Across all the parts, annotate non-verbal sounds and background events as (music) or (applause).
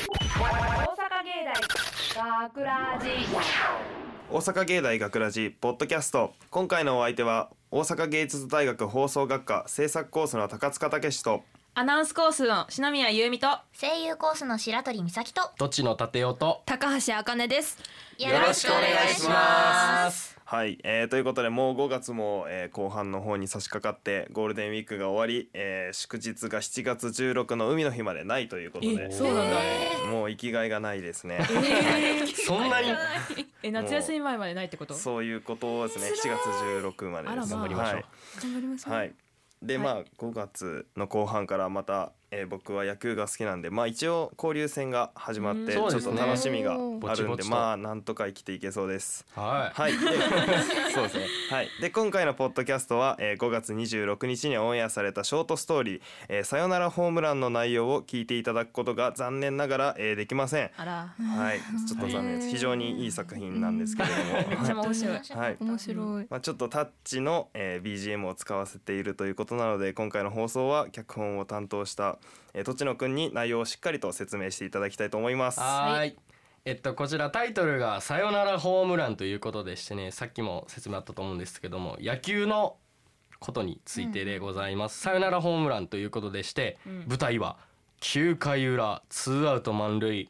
大阪芸大学ラジ大阪芸大学ラジポッドキャスト今回のお相手は大阪芸術大学放送学科制作コースの高塚武史とアナウンスコースの篠宮優美とよ声優コースの白鳥美咲とよどっちの立てようと。高橋あかねですろしくお願いしますはい、えーということでもう5月も、えー後半の方に差し掛かってゴールデンウィークが終わり、えー祝日が7月16の海の日までないということでうなんだもう生きがいがないですね、そんなにえ夏休み前までないってことそういうことですね7月16までですあらまあ頑張りましょうはい頑張りましょうはい。で、まあ5月の後半からまた、えー僕は野球が好きなんで、まあ一応交流戦が始まって、ちうょんっと楽しみがあそうるんですねで、ぼちぼちとまあなんとか生きていけそうです。はい。はい。で (laughs) そうですね。はい。で今回のポッドキャストは、えー5月26日にオンエアされたショートストーリー、えーさよならホームランの内容を聞いていただくことが残念ながら、えーできません。あらはい。ちょっと残念です。非常にいい作品なんですけれど (laughs) も。めっちゃ面白いはい面白いまあ、ちょっとタッチの、えー BGM を使わせているということなので今回の放送は脚本を担当した、えー、栃野くんに内容をしっかりと説明していただきたいと思います。はーい。えっとこちらタイトルがさよならホームランということでしてね、さっきも説明あったと思うんですけども、野球のことについてでございます。さよならホームランということでして、うん舞台は9回裏ツーアウト満塁、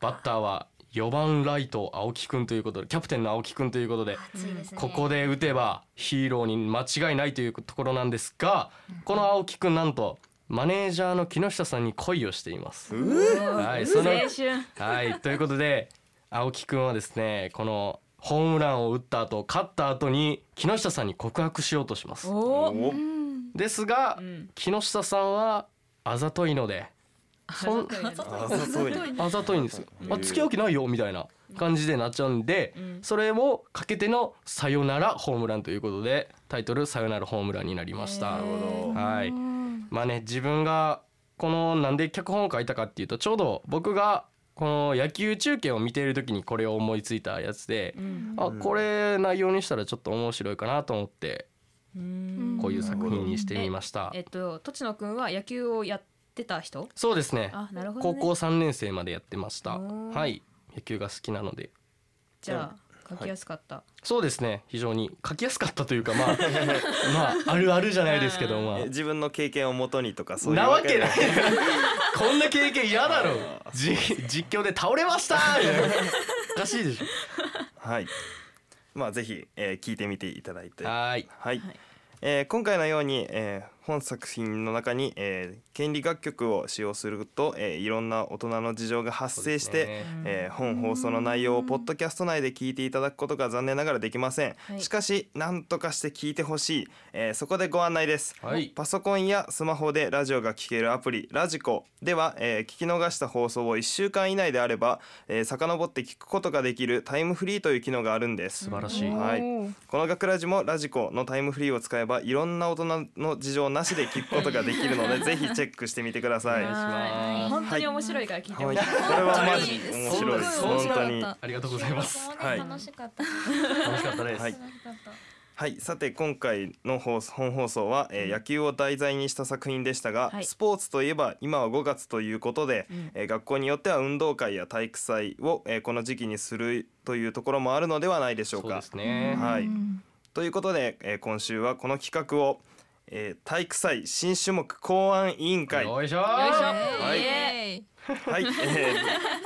バッターは4番ライト青木くんということで、キャプテンの青木くんということで。暑いですねここで打てばヒーローに間違いないというところなんですが、この青木くんなんとマネージャーの木下さんに恋をしています。はい、そ青の春はいということで青木くんはですねこのホームランを打った後勝った後に木下さんに告白しようとします。おおおうんですが、うん木下さんはあざといので。そんあざといあざといんですよへ。ーあ付き合う気ないよみたいな感じでなっちゃうんで、うんそれをかけてのさよならホームランということでタイトルさよならホームランになりましたなる。ほど。はい。まあね自分がこのなんで脚本を書いたかっていうとちょうど僕がこの野球中継を見ている時にこれを思いついたやつで、うんあこれ内容にしたらちょっと面白いかなと思ってうんこういう作品にしてみました。えっと栃野くんは野球をやってた人そうですね。あなるほど高ね校三年生までやってました。おーはい。野球が好きなのでじゃあ書きやすかったそうですね非常に書きやすかったというか (laughs) まあまああるあるじゃないですけどまあえ自分の経験をもとにとかそういうなわけない (laughs) でこんな経験嫌だろじ実況で倒れましたみたいなおかしいでしはい。まあぜひ、えー聞いてみていただいて。ょはいはいはいえー今回のように、えー本作品の中に、えー権利楽曲を使用すると、えーいろんな大人の事情が発生して、そうですねえー本放送の内容をポッドキャスト内で聞いていただくことが残念ながらできません、はいしかし何とかして聞いてほしい、えーそこでご案内です、はいパソコンやスマホでラジオが聴けるアプリラジコでは、えー聞き逃した放送を1週間以内であれば、えー遡って聞くことができるタイムフリーという機能があるんです素晴らしいはいおーこの学ラジもラジコのタイムフリーを使えばいろんな大人の事情なしで聞くことができるのでぜひチェックしてみてください。はは願いいします本当に面白いから聞いい、てこほれしいはマジ面白いですすごい面本白当にかっありがとうございますもねはい楽しかった (laughs) 楽しかったです、ははいいはい、さて今回の放送本放送は、えー野球を題材にした作品でしたが、はいスポーツといえば今は5月ということで、うんえー学校によっては運動会や体育祭を、えーこの時期にするというところもあるのではないでしょうそうかで。すねはいうんということで、えー今週はこの企画を、えー体育祭新種目考案委員会よいしょよいしょいイエーイイエーイはい、えー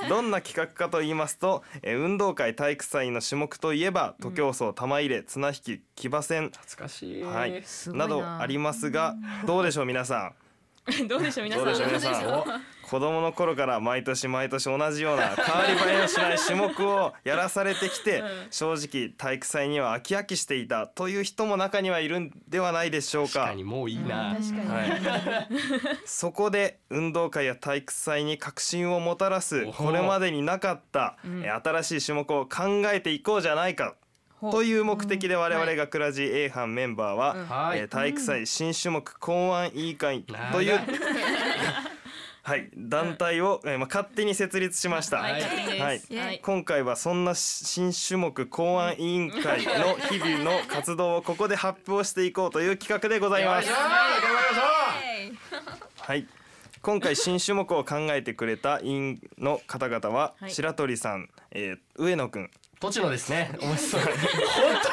どんな企画かと言いますと、えー運動会体育祭の種目といえば徒競走玉入れ綱引き騎馬戦懐かしい、はいすごいななどありますがどうでしょう皆さどうでしょうん皆どうでしょう皆さんさんお子供の頃から毎年毎年同じような変わり映えのしない種目をやらされてきて、うん正直体育祭には飽き飽きしていたという人も中にはいるんではないでしょう確かにもういいな、確かに (laughs) はい、そこで運動会や体育祭に革新をもたらすおほこれまでになかった、うんえー新しい種目を考えていこうじゃないかほうという目的で我は々いがクラジ A 班メンバーは、うんはい、えー体育祭新種目考案委員会という、長はい、団体を、えーまあ、勝手に設立しました。はいはいは勝手いですはい今回はそんな新種目考案委員会の日々の活動をここで発表していこうという企画でございます。頑張りましょうはい。今回新種目を考えてくれた委員の方々は、はい白鳥さん、えー上野くん栃野ですね面白い (laughs) 本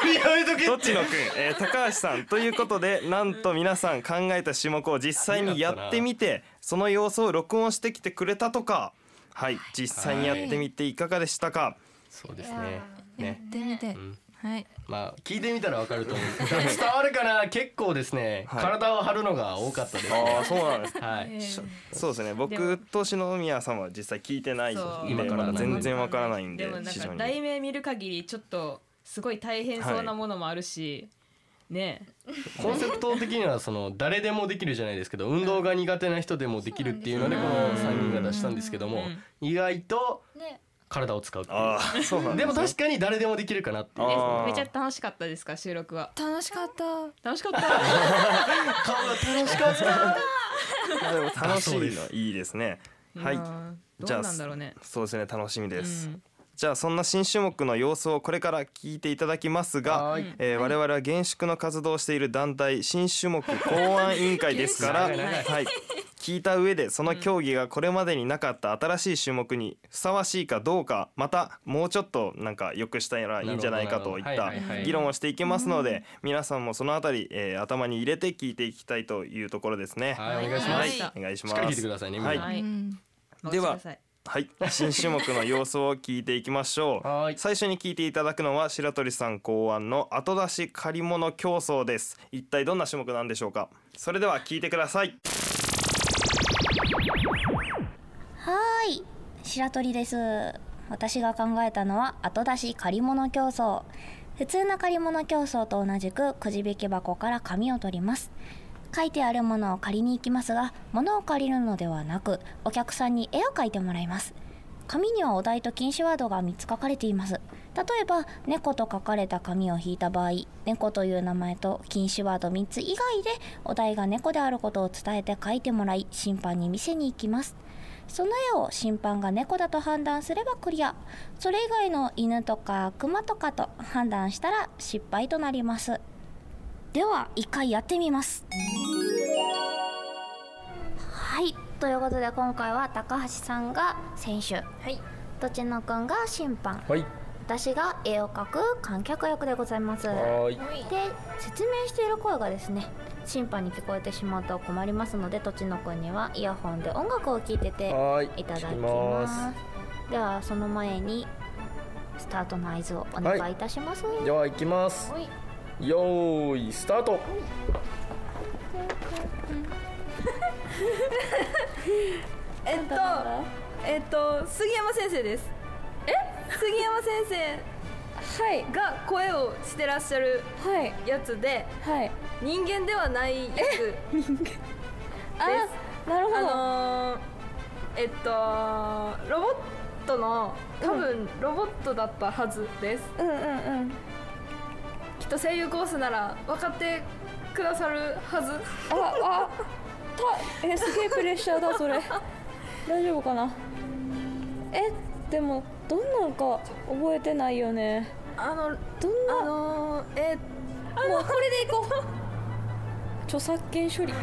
当にやめとけどっちのくん、えー高橋さんということでなんと皆さん考えた種目を実際にやってみてその様子を録音してきてくれたとかはい実際にやってみていかがでしたか、そうですねやっねてみて、んはいまあ聞いてみたらわかると思うんですけど伝わるかな結構ですね、はい体を張るのが多かったですあねあそうなんですはいそうですね僕と篠宮さんは実際聞いてないんでそう今からなんまだで全然わからないんででもなん非か常に題名見る限りちょっとすごい大変そうなものもあるし、ねコンセプト的にはその誰でもできるじゃないですけど運動が苦手な人でもできるっていうのでこそうのなんですよ3人が出したんですけども意外とね体を使うっていうああそうなんでもすね確かに誰でもできるかなっていえうあーめちゃ楽しかったですか収録は楽しかった楽しかった顔が楽しかったでも楽しいそうでのすいいですねはいうんじどゃあうなんだろうねそうですね楽しみです、うんじゃあそんな新種目の様子をこれから聞いていただきますがはーい、えー我々は厳粛の活動をしている団体新種目公安委員会ですから、厳粛はい、聞いた上でその競技がこれまでになかった新しい種目にふさわしいかどうかまたもうちょっとなんか良くしたらいいんじゃないかといっなるほどたはいはいはい議論をしていきますので皆さんもそのあたり、えー頭に入れて聞いていきたいというところですね。はいお願いしはまいすしお願いしっますかり聞いてくださいねみんはいなはいうんでは任せてくださいはい、新種目の様子を聞いていきましょう。 (laughs) はーい最初に聞いていただくのは白鳥さん考案の後出し借り物競争です。一体どんな種目なんでしょうか。それでは聞いてください。はーい白鳥です私が考えたのは後出し借り物競争普通の借り物競争と同じくくじ引き箱から紙を取ります書いてあるものを借りに行きますが物を借りるのではなくお客さんに絵を描いてもらいます紙にはお題と禁止ワードが3つ書かれています例えば「猫」と書かれた紙を引いた場合「猫」という名前と禁止ワード3つ以外でお題が猫であることを伝えて書いてもらい審判に見せに行きますその絵を審判が猫だと判断すればクリアそれ以外の犬とか熊とかと判断したら失敗となりますでは一回やってみますはいということで今回は高橋さんが選手はいどちのくんが審判はい私が絵を描く観客役でございますはいで説明している声がですね審判に聞こえてしまうと困りますのでとちのくんにはイヤホンで音楽を聴いててはいいただ聞ききますまではその前にスタートの合図をお願いいたします、すでは行きますはいよーいスタートえっとえっと杉山先生ですえ杉山先はい生が声をしてらっしゃるはいやつではい人間ではないやつあなるほどあのー、えっとロボットの多分ロボットだったはずです、うんうんうんきっと声優コースなら分かってくださるはずああたえすげえプレッシャーだそれ大丈夫かなえでもどんなんか覚えてないよねあのどんあなのー、えもうこれでいこう著作権処理で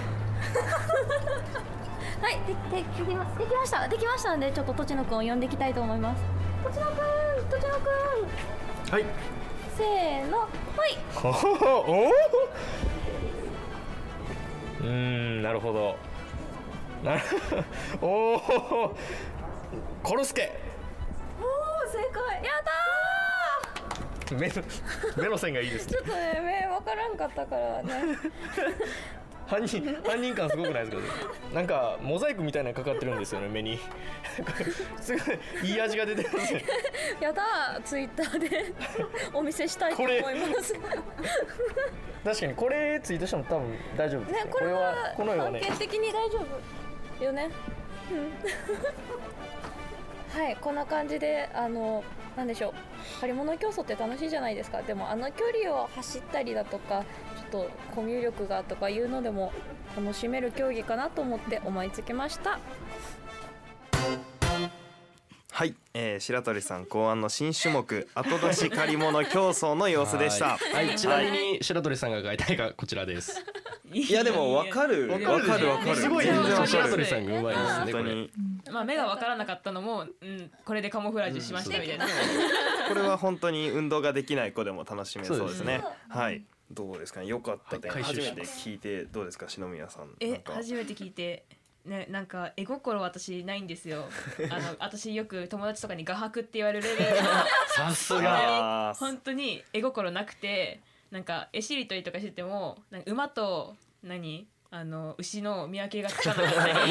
できますできましたできましたのでちょっととちのくんを呼んでいきたいと思いますとちのくんとちのくん (laughs) はいせーのはいおおうーんなるほどなるおおコロスケ正解や目の目の線がいいですねちょっとね目分からんかったからね犯人犯人感すごくないですかなんかモザイクみたいなのかかってるんですよね目に (laughs) すごいいい味が出てますねやだーツイッターでお見せしたいと思いますね確かにこれツイートしても多分大丈夫ですねこれはこのよは判ね決的に大丈夫よねうんはいこんな感じであのなんでしょう借り物競争って楽しいじゃないですかでもあの距離を走ったりだとかちょっとコミュ力がとかいうのでも楽しめる競技かなと思って思いつきましたはい、えー、白鳥さん考案の新種目後出し借り物競争の様子でした。はいちなみに白鳥さんが描いた絵がこちらですいやでもわかるわわかるわかるすごい全然わかる白鳥さんがうまいです本ね当これにまあ目が分からなかったのも、うん、これでカモフラージュしましたみたいな、これは本当に運動ができない子でも楽しめそうですねそうはいどうですかねよかった点はい回初収めしまて聞いてどうですか篠宮さんなんえか初めて聞いてね、なんか絵心私ないんですよあの私よく友達とかに画伯って言われるレベル (laughs) のさすがあー本当に絵心なくてなんか絵しりとりとかしててもなんか馬と何あの牛の見分けがつかなかったりそういう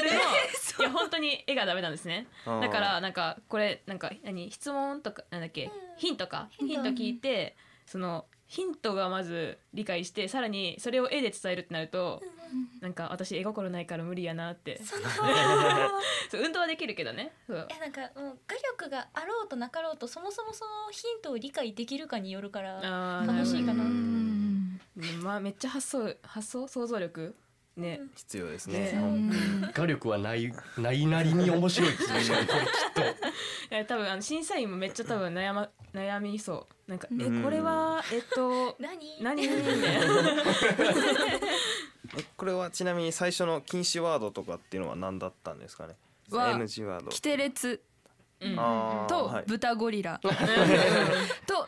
(laughs) ベルのいや本当に絵がダメなんですねあーだからなんかこれなんか何質問とかなんだっけヒントかヒント聞いてそのヒントがまず理解してさらにそれを絵で伝えるってなるとなんか私絵心ないから無理やなってそのそう運動はできるけどねそうえなんかもう画力があろうとなかろうとそもそもそのヒントを理解できるかによるからあー楽しいかなう。んまあめっちゃ発想発想想像力ね、必要ですねね本画力はない (laughs) ないなりに面白いですね (laughs) これきっとえ多分あの審査員もめっちゃ多分悩ま悩みそうなんかえうんこれはえっと (laughs) 何？何みたいな当にえこれはちなみに最初の禁止ワードとかっていうのは何だったんですかねは NG ワードキテレツうんあーとはい豚ゴリラと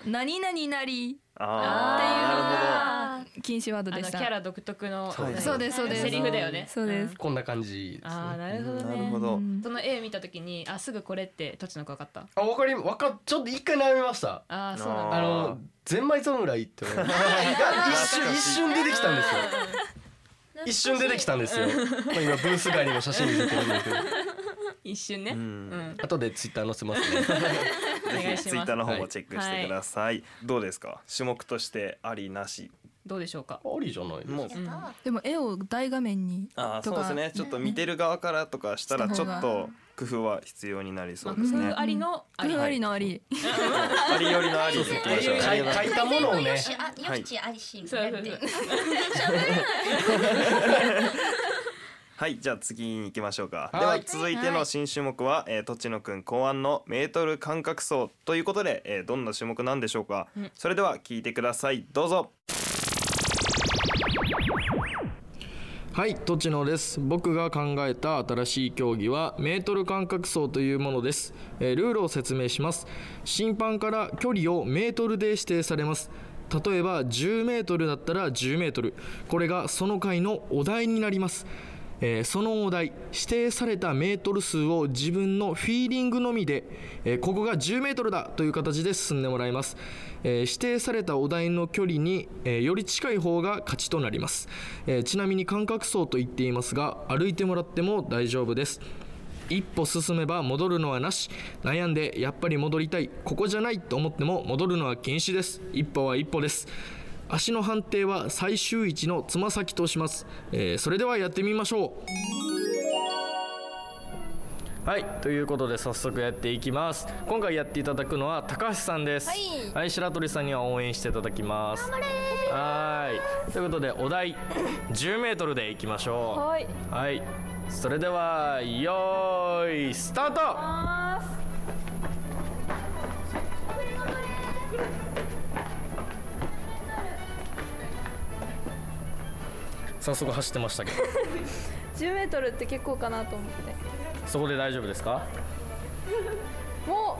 何々なりああ禁止ワードあでのしキたャラ独特のそうですそうですそうですセリフだよねそうですんこんな感じですああねなるほどーねなるほどその絵見た時にあすぐこれってどっちの子分かったあわかりわかっちょっと一回悩みましたああそうなんだああーのゼンマイ侍 (laughs) って思いましたが一瞬一瞬出てきたんですよあ一瞬出てきたんですよ、まあ、今ブース外にも写真見せてるんですけど一瞬ねううんん、後でツイッター載せますねお願いしツイまッすターの方もチェックしてください、どうですか種目としてありなしどうでしょうかありじゃないですかもううんでも絵を大画面にあーとそうかですねちょっと見てる側からとかしたらちしょた方がっと工夫は必要になりまそあう工ですね夫ありのあありりありのありありよりのありでいきましょう書い書いたものをねしあよちありしみそうたいそうなそうはいじゃあ次に行きましょうか、はいでは続いての新種目は、えー、とちのくん考案のメートル間隔走ということで、えー、どんな種目なんでしょうか、うんそれでは聞いてくださいどうぞはい、とちのです。僕が考えた新しい競技はメートル間隔走というものです、えールールを説明します。審判から距離をメートルで指定されます。例えば10メートルだったら10メートル。これがその回のお題になります。えーそのお題指定されたメートル数を自分のフィーリングのみで、えーここが1 0メートルだという形で進んでもらいます、えー指定されたお題の距離に、えーより近い方が勝ちとなります、えーちなみに間隔走と言っていますが歩いてもらっても大丈夫です一歩進めば戻るのはなし悩んでやっぱり戻りたいここじゃないと思っても戻るのは禁止です一歩は一歩です足の判定は最終位置のつま先とします、えーそれではやってみましょうはいということで早速やっていきます今回やっていただくのは高橋さんですはい、白鳥さんには応援していただきます頑張れはいということでお題 10m でいきましょはい。うはいそれではよーいスタート早速走ってましたけ (laughs) ど10メートルって結構かなと思って。そこで大丈夫ですかも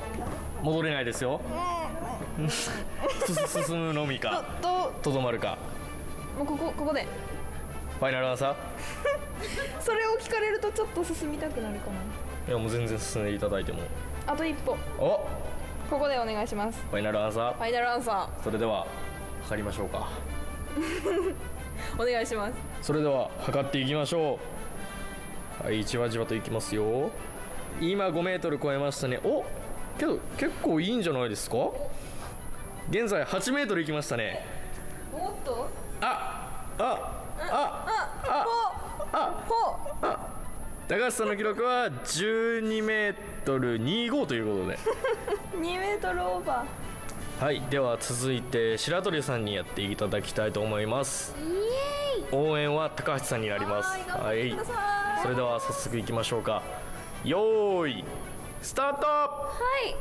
戻れないですよ。す (laughs) 進むのみか、うととどまるか。もうここここで。ファイナルアンサそれを聞かれるとちょっと進みたくなるかー。いやもう全然進んでいただいても。な。あと一歩。お、ここでお願いします。ファイナルアンサファイナルアンサー。それでは測りましょうか。ーお願いします。それでは測っていきましょう。はい、じわじわといきますよ。今5メートル超えましたね。お、けど結構いいんじゃないですか？現在8メートルいきましたね。おっと。あ、あ、あ。ほう。高橋さんの記録は12メートル25ということで2メートルオーバはいでは続いて白鳥さんにやっていただきたいと思います応援は高橋さんになりますはいそれでは早速いきましょうかよーいスタートはい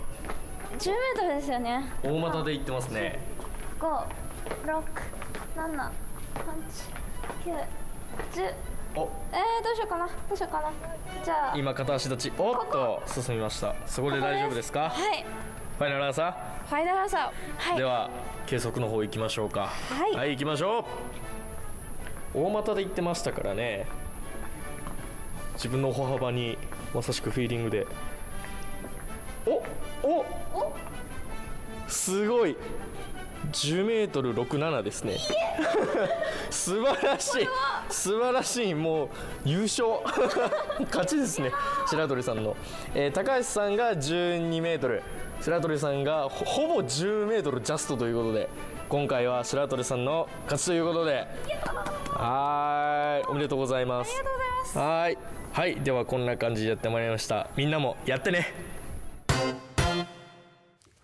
10メートルですよね大股でいってますね567 8 9十。えー、どうしようかな。どうしようかな。じゃあ。今片足立ちおっと進みましたそこで大丈夫ですかはい。ファイナルアンサファイナルアンサー。ー、はい。では計測の方行きましょうかはいはい、行きましょう大股で行ってましたからね自分の歩幅にまさしくフィーリングでおおすごい10メートル67ですね素晴らしい素晴らしいもう優勝 (laughs) 勝ちですね白鳥さんの、えー高橋さんが12メートル白鳥さんがほほぼ10メートルジャストということで今回は白鳥さんの勝ちということではーいおめでとうございますありがとうございますはーいはいではこんな感じでやってまいりましたみんなもやってね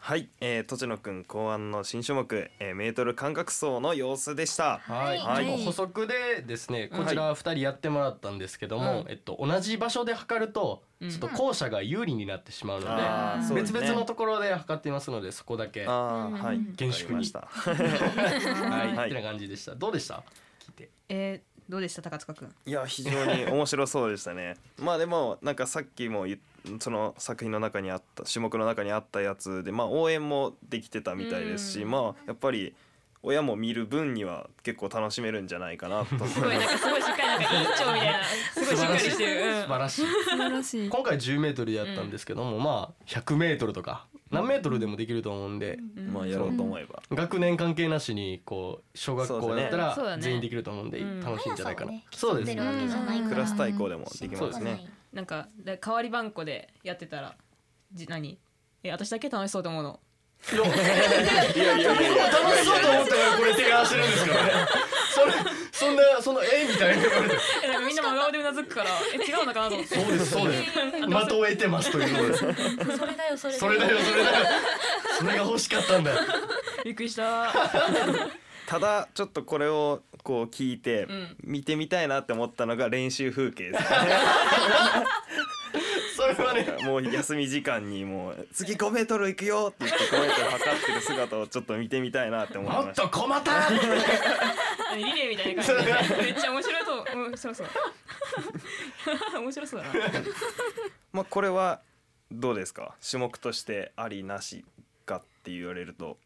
はい、えー、栃野くん考案の新種目、えー、メートル間隔走の様子でした。はい、はい、補足でですねこちら2人やってもらったんですけどうも、んえっと、同じ場所で測るとちょっと校舎が有利になってしまうので、あーそうです別ね々のところで測っていますのでそこだけあーはい厳粛にわか (laughs) はい、ってな感じでしたどうでしたえー、どうでした高塚くん。いや非常に面白そうでしたねまあでもなんかさっきも言っその作品の中にあった種目の中にあったやつでまあ応援もできてたみたいですし、まあやっぱり親も見る分には結構楽しめるんじゃないかなと思いますなんか (laughs) すごいしっかりなんか委員長みたいな (laughs) すごいしっかりしてるうん (laughs) 素晴らしい今回10メートルでやったんですけども、まあ100メートルとか何メートルでもできると思うんで、ん (laughs) まあやろうと思えば学年関係なしにこう小学校だったそうですらね全員できると思うんでうん楽しいんじゃないかな、速そうですねクラス対抗でもできそまうですすねねなんかで代わり番こでやってたらじ何え私だけ楽しそうと思うの (laughs) いやいやいやいや楽しそうと思ったからこれ手が走るんですからねそれそんなそのえみたいなえなんかみんな真顔でうなずくからえ違うのかなと思ってそうですそうです的を得てますということですそれだよそれそれだよそれだよそれが欲しかったんだよびっくりしたただちょっとこれをこう聞いてうん見てみたいなって思ったのが練習風景ですねそれはねもう休み時間にもう次5メートル行くよって言って5メートル測ってる姿をちょっと見てみたいなって思いましたもっと小股リレーみたいな感じでめっちゃ面白いと思ううんそうそう (laughs) 面白そうだなまあこれはどうですか種目としてありなしかって言われると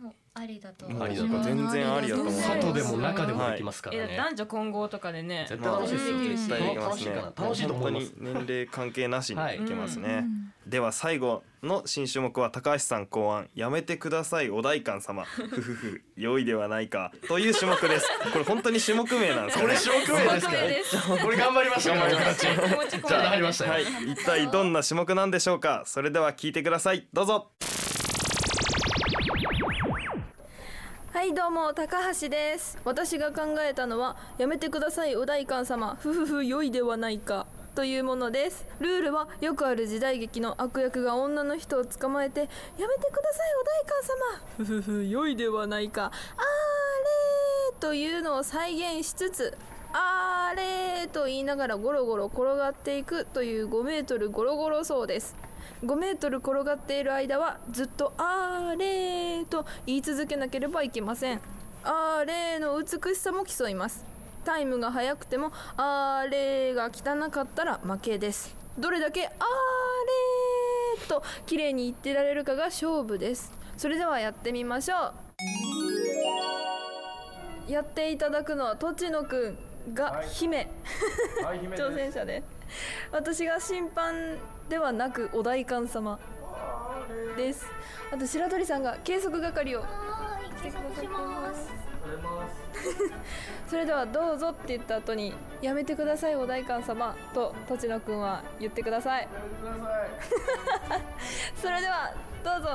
もうありだともう全然ありだと思う外でも中でもできますからえね男女混合とかでね絶対楽しいですよできる絶し対いけますね楽しいかな楽しいと思います本当に年齢関係なしにはいいけますね、では最後の新種目は高橋さん考案やめてくださいお代官様ふふふ良いではないかという種目ですこれ本当に種目名なんですかこれ種目名ですから種目名ですこれ頑張りましたから僕たちじゃあ入りましたよはい、一体どんな種目なんでしょうかそれでは聞いてくださいどうぞはいどうも高橋です私が考えたのはやめてくださいお代官様ふふふ良いではないかというものですルールはよくある時代劇の悪役が女の人を捕まえてやめてくださいお代官様ふふふ良いではないかあれーというのを再現しつつあれーと言いながらゴロゴロ転がっていくという5メートルゴロゴロ走です5メートル転がっている間はずっと「あれ」と言い続けなければいけません「あれ」の美しさも競いますタイムが速くても「あれ」が汚かったら負けですどれだけ「あれ」と綺麗に言ってられるかが勝負ですそれではやってみましょうやっていただくのは栃野くんが姫、挑戦者です私が審判ではなくお代官様ですあと白鳥さんが計測係を計測しますそれではどうぞって言った後にやめてくださいお代官様と栃野くんは言ってください (laughs) それではどうぞ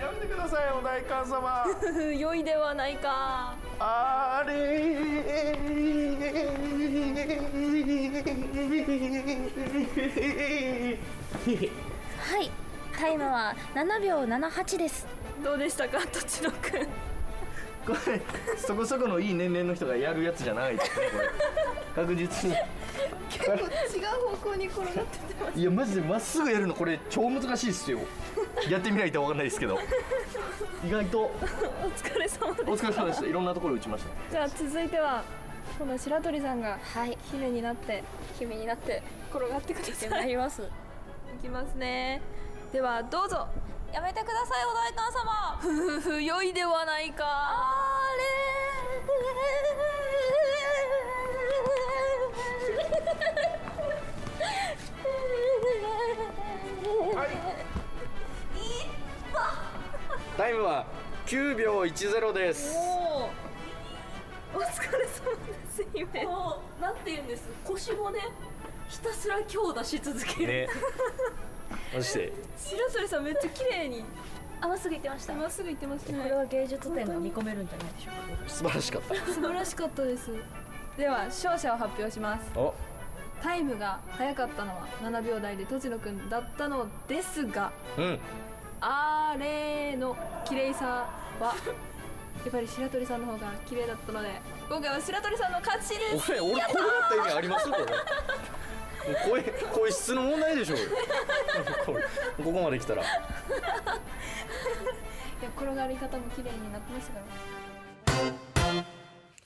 やめてくださいお代官様 (laughs) 良いではないかあれはいタイムは7秒78ですどうでしたかとちのくんこれそこそこのいい年齢の人がやるやつじゃないですねこれ確実に結構違う方向に転がってていやマジでまっすぐやるのこれ超難しいっすよやってみないとわかんないですけど意外とお疲れ様でしたお疲れ様でしたいろんなところ打ちましたじゃあ続いては今度白鳥さんが姫になって、姫になって転がってくださいなりますいきますねではどうぞやめてくださいお代官様ふふふ良いではないかあタイムは9秒10ですもうお疲れ様です姫もうなんて言うんです腰もねひたすら強打し続ける、ね (laughs) マジで白鳥さんめっちゃ綺麗にあまっすぐ行ってましたまっすぐ行ってましたねこれは芸術点が見込めるんじゃないでしょうか素晴らしかった素晴らしかったですでは勝者を発表しますおタイムが早かったのは7秒台でとちのくんだったのですがうんあれの綺麗さはやっぱり白鳥さんの方が綺麗だったので今回は白鳥さんの勝ちです俺俺やこうなった意味ありますこれもう声声質の問題でしょうよこれここまで来たらいや転がり方も綺麗になってましたから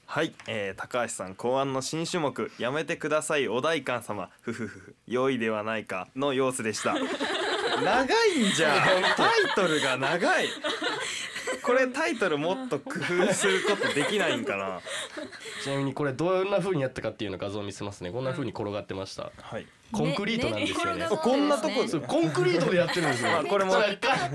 はい、えー、高橋さん考案の新種目やめてくださいお代官様ふふふふ良いではないかの様子で (laughs) した長いんじゃんタイトルが長いこれタイトルもっと工夫することできないんかなちなみにこれどんな風にやったかっていうの画像を見せますねこんな風に転がってました、はいコンクリートなんですよねねね転がってますねこんなとこそうコンクリートでやってるんですよあこれもそか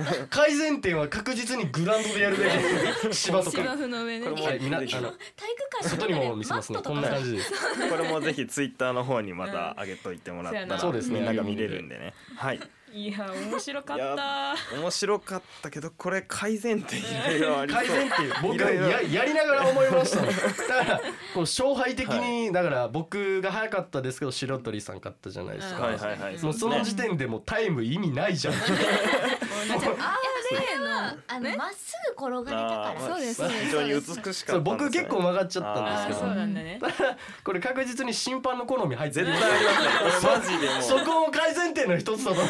(laughs) 改善点は確実にグラウンドでやるべき芝とか芝生の上ねこれもえみんなあでしょの体育館外にも見せますねこんな感じですこれもぜひツイッターの方にまた上げといてもらったうんらそうですねみんなが見れるんでねはいいや面白かっいやた面白かったけどこれ改善点いろいろありそう改善点僕やいろいろやりながら思いましたもんだからこう勝敗的に、だから僕が早かったですけど白鳥さん勝ったじゃないですか、はいはいはいもうその時点でもうタイム意味ないじゃんあれのあのまっすぐ転がれたからあー非常に美しかったんですね (laughs) そう僕結構曲がっちゃったんですけあーそうどなん (laughs) だねこれ確実に審判の好み入ってる絶対ありますねこれマジでもうそそこも改善点の一つだと思う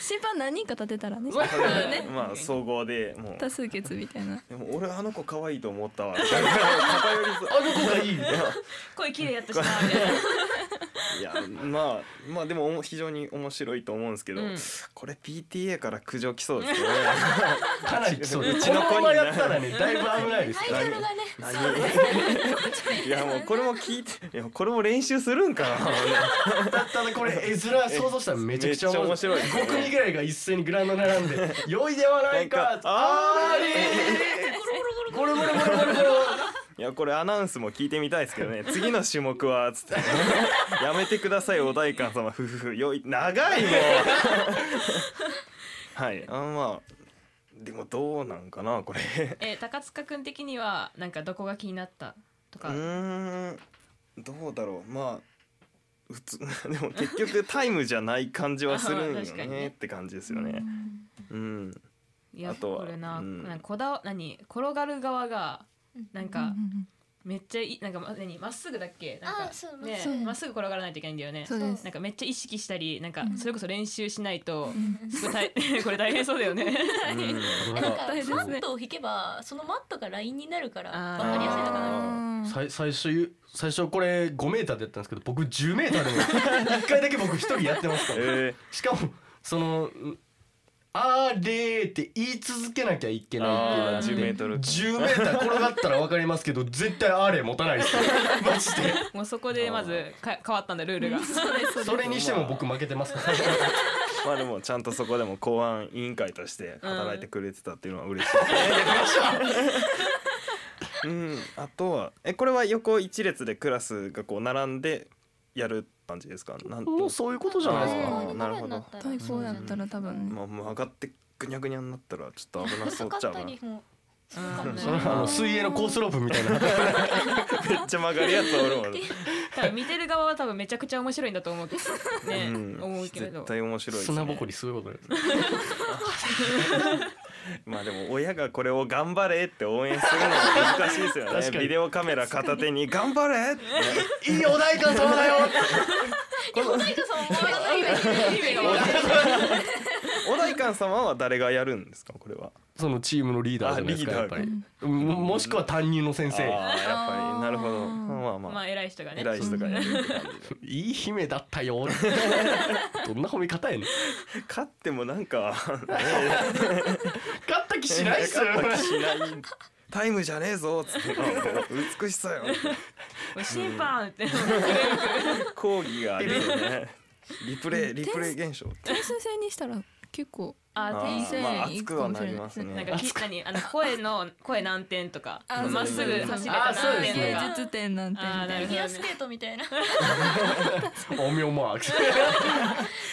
審判何人か立てたらねそれでまあ総合でもう多数決みたいなでも俺あの子可愛いと思 (laughs) ったわ。みたいな偏りそうあの子がいい。声綺麗やったしなみたいないやまあまあでもおも非常に面白いと思うんですけど、うんこれ PTA から苦情来そうですよね。かなり来そううちの子このまにまやったらねだいぶ危ないですタイトルがね何そういやもうこれも聞いていやこれも練習するんかな。ただこれ絵面想像したらめちゃくちゃ面白いめっちゃ面白いですね5組ぐらいが一斉にグラウンド並んで「良いではないか」あーりゴロゴロゴロゴロゴロゴロいやこれアナウンスも聞いてみたいですけど (laughs) ね。次の種目は (laughs) つってやめてくださいお代官様。ふふふよい長 (laughs) いもう。はいあまあでもどうなんかなこれ。え高塚君的にはなんかどこが気になったとかうーんどうだろうまあ普通 (laughs) でも結局タイムじゃない感じはするんあー確かよにねねって感じですよね。うん (laughs) いやあとはこれな,、うんなんかこだわ何転がる側がなんかめっちゃいなんかま何まっすぐだっけなんかあそうねそうまっすぐ転がらないといけないんだよねそうですなんかめっちゃ意識したりなんかそれこそ練習しないうと、んすごい大これ大変そうだよね。なんかマットを引けばそのマットがラインになるからわかりやすいだからあーさい最初最初これ5メーターでやったんですけど僕10メーターでも一回だけ僕一人やってますから、しかもそのんあれーって言い続けなきゃいけないっていうのがあってあー10 10メーター転がったら分かりますけど絶対あれ持たないで (laughs) すよマジでもうそこでまずか変わったんだルールが。それにしても僕負けてますからまあでもちゃんとそこでも公安委員会として働いてくれてたっていうのは嬉しい。 (laughs) うんあとはえこれは横一列でクラスがこう並んでやる感じですか。なんもうそういうことじゃないですかあーなるほど。対抗やったら多分ねまあもう上がってぐにゃぐにゃになったらちょっと危なそうっちゃうな。もそれはあの水泳のコースロープみたいなめっちゃ曲がるやつおるもん。多分見てる側は多分めちゃくちゃ面白いんだと思うけどね、うん思うけれど絶。対面白いですね砂ぼこりすごいことですまあでも親がこれを頑張れって応援するのも難しいですよ確かねにビデオカメラ片手に頑張れっていいお代官様だよお代官様もお代官様は誰がやるんですかこれはそのチームのリーダーじゃないですかあやリっーダぱーりももしくは担任の先生あーやっぱりなるほどまあまあまあ偉い人がね偉い人がやるって感じでいい姫だっ (laughs) たよどんな褒め方やねん勝ってもなんか勝った気 (laughs) しないっすよ勝った気しないタイムじゃねえぞつ (laughs) って美しさよ審判って抗議があるよねリプレイリプレイ現象点数制にしたら結構あーあ点ー数まあい熱くくかはもしなれないりますねなんかき何あの声の声何点とかあまっすぐ走れた何点とか芸術点なんてみたいなフィギュアスケートみたいなおみょマーク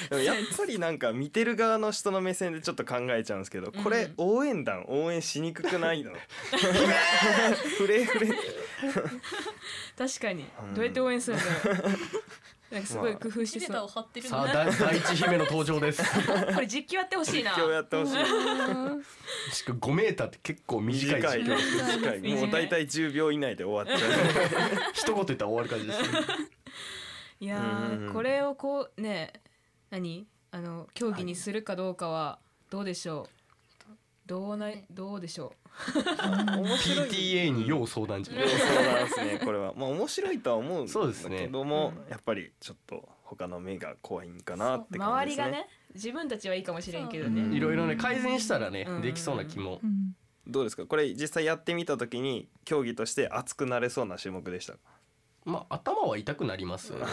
でもやっぱりなんか見てる側の人の目線でちょっと考えちゃうんですけどこれ応援団応援しにくく (laughs) ないのフレフレ確かにどうやって応援するんだろうなんかすごい工夫してまあそうさあだ (laughs) 第一姫の登場ですこれ実況やってほしいな実況やってほしいうんしかも5メーターって結構短い短い時間短いもう大体10秒以内で終わっちゃう一言言ったら終わる感じですねいやうーんこれをこうね何あの競技にするかどうかはどうでしょうどうないどうでしょ PTA に要相談じゃないそうなんですねこれはまあ面白いとは思うんだけども、やっぱりちょっと他の目が怖いんかなっうて感周じでりすねがね自分たちはいいかもしれんけどうんねいろいろね改善したらねできそうな気もどうですかこれ実際やってみた時に競技として熱くなれそうな種目でしたまあ頭は痛くなります (laughs) よね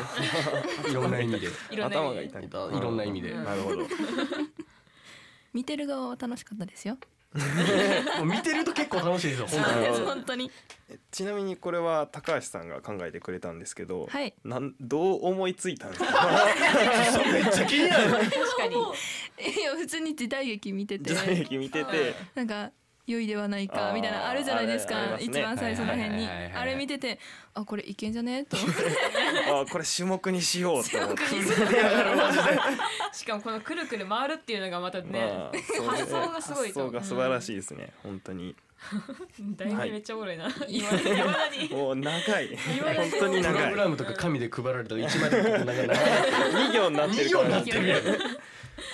いろんな意味でいろんな意味で頭が痛いいろんな意味でなるほ (laughs) ど見てる側は楽しかったですよもう見てると結構楽しいで (laughs) すよ本なるほど本 (laughs) 当にちなみにこれは高橋さんが考えてくれたんですけど、はいなんどう思いついたんですかめっちゃ気になる確かにいや普通に時代劇見て時て代劇見ててなんか良いではないかみたいなのあるじゃないですあーあかれあります一ね番最初の辺にはいはいはいはいあれ見ててあこれいけんじゃねと思って (laughs) あこれ種目にしようと思ってしかもこのくるくる回るっていうのがまたねまあそうね発想がすごい発と想が素晴らしいですね本当にうんだいぶはいめっちゃおもろいな今ま (laughs) だにもう長いわれ本当にプ長ロいグラムとか紙で配られた一枚でこんな長い2行になってるから二行になってるやん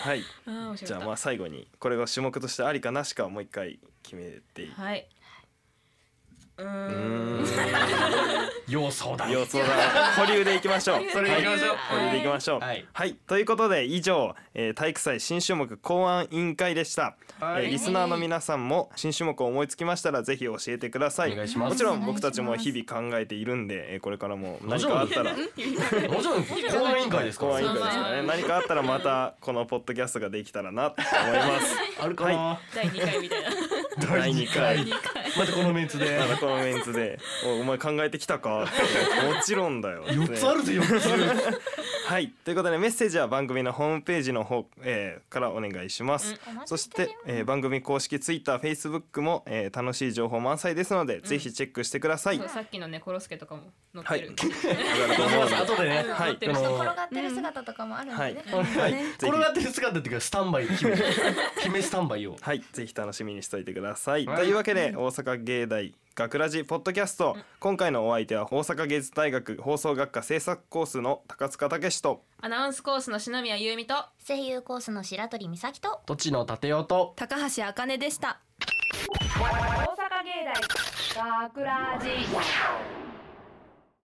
はいあー面白かったじゃあまあ最後にこれが種目としてありかなしかもう一回決めてはい。うー。うんーん要素だ要素だ保留でいきましょう (laughs) それでいきましょうはい保留でいきましょうはい、ということで以上、えー体育祭新種目考案委員会でした、はいえーリスナーの皆さんも新種目を思いつきましたらぜひ教えてくださいお願いしますもちろん僕たちも日々考えているんで、えーこれからも何かあ (laughs) ったらもちろん公安委員会ですか公安委員会ですかららね何かあったらまたこのポッドキャストができたらなと思い (laughs) ますあるかな、第二回みたいな。第2回またこのメンツでまたこのメンツで「おお前考えてきた (laughs) か?」ってもちろんだよ4つあるぜ4つはいということでメッセージは番組のホームページの方、えーからお願いします、そして、えー番組公式ツイッターフェイスブックも、えー楽しい情報満載ですので、ぜひチェックしてくださいそうさっきのね、コロスケとかも載はっいてる。後でねはいあの転がってる姿とかもあるんで (laughs) はいね、はい転がってる姿っていうかスタンバイ姫姫スタンバイをはい、ぜひ楽しみにしておいてください。はいというわけで、大阪芸大学ラジポッドキャスト、今回のお相手は大阪芸術大学放送学科制作コースの高塚武史とアナウンスコースの篠宮優美と声優コースの白鳥美咲と土地の立よと高橋あかねでした大阪芸大学ラジ